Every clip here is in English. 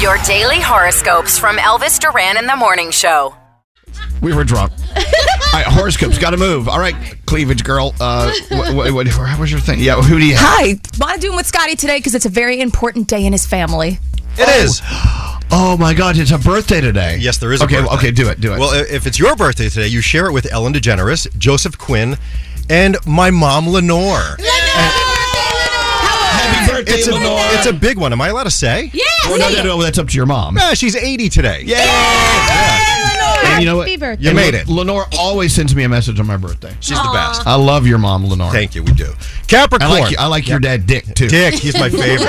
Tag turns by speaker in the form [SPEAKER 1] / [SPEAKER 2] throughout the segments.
[SPEAKER 1] Your daily horoscopes from Elvis Duran in the Morning Show.
[SPEAKER 2] We were drunk. All right, horoscopes got to move. All right, cleavage girl. Uh, what, what, what, what was your thing? Yeah, who do you have?
[SPEAKER 3] Hi, want to do with Scotty today because it's a very important day in his family.
[SPEAKER 2] It is. Oh my God! It's a birthday today.
[SPEAKER 4] Yes, there is.
[SPEAKER 2] Okay,
[SPEAKER 4] A birthday.
[SPEAKER 2] okay, do it, do it.
[SPEAKER 4] Well, i- if it's your birthday today, you share it with Ellen DeGeneres, Joseph Quinn, and my mom Lenore.
[SPEAKER 2] Happy birthday,
[SPEAKER 4] It's a, it's a big one. Am I allowed to say? Yeah.
[SPEAKER 2] well, no, no, no, that's up to your mom.
[SPEAKER 4] Ah, she's 80 today.
[SPEAKER 2] Yay! And you know what?
[SPEAKER 5] Happy birthday.
[SPEAKER 4] You made it.
[SPEAKER 2] Lenore always sends me a message on my birthday.
[SPEAKER 4] She's the best.
[SPEAKER 2] I love your mom, Lenore.
[SPEAKER 4] Thank you. We do. Capricorn.
[SPEAKER 2] I like you. I like your dad, Dick, too.
[SPEAKER 4] Dick. He's my favorite.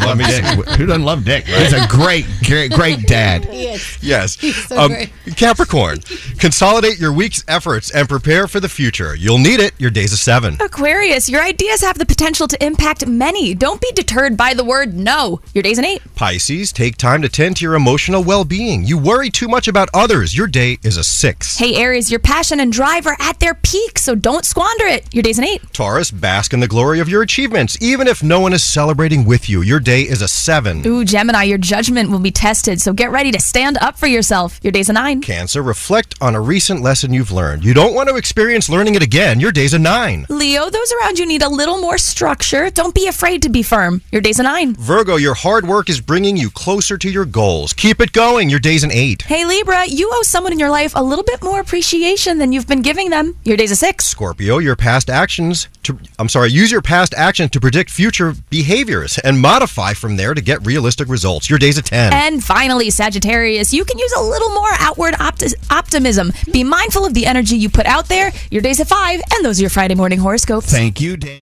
[SPEAKER 2] Love Dick. Who doesn't love Dick? He's a great, great, great dad.
[SPEAKER 4] Yes. Um, Capricorn. Consolidate your week's efforts and prepare for the future. You'll need it. Your day's a seven.
[SPEAKER 3] Aquarius, your ideas have the potential to impact many. Don't be deterred by the word no. Your day's an eight.
[SPEAKER 4] Pisces, take time to tend to your emotional well being. You worry too much about others. Your day is a six.
[SPEAKER 3] Hey, Aries, your passion and drive are at their peak, so don't squander it. Your day's an eight.
[SPEAKER 4] Taurus, bask in the glory of your achievements, even if no one is celebrating with you. Your day is a seven.
[SPEAKER 3] Ooh, Gemini, your judgment will be tested, so get ready to stand up for yourself. Your day's a nine.
[SPEAKER 4] Cancer, reflect on a recent lesson you've learned. You don't want to experience learning it again. Your day's a nine.
[SPEAKER 3] Leo, those around you need a little more structure. Don't be afraid to be firm. Your day's a nine.
[SPEAKER 4] Virgo, your hard work is bringing you closer to your goals. Keep it going. Your day's an eight.
[SPEAKER 3] Hey, Libra, you owe someone in your life a little bit more appreciation than you've been giving them. Your day's a six.
[SPEAKER 4] Scorpio, your past actions to I'm sorry, use your past actions to predict future behaviors and modify from there to get realistic results. Your day's a 10.
[SPEAKER 3] And finally, Sagittarius, you can use a little more outward opti- optimism. Be mindful of the energy you put out there. Your day's a five, and those are your Friday morning horoscopes.
[SPEAKER 2] Thank you, Dan.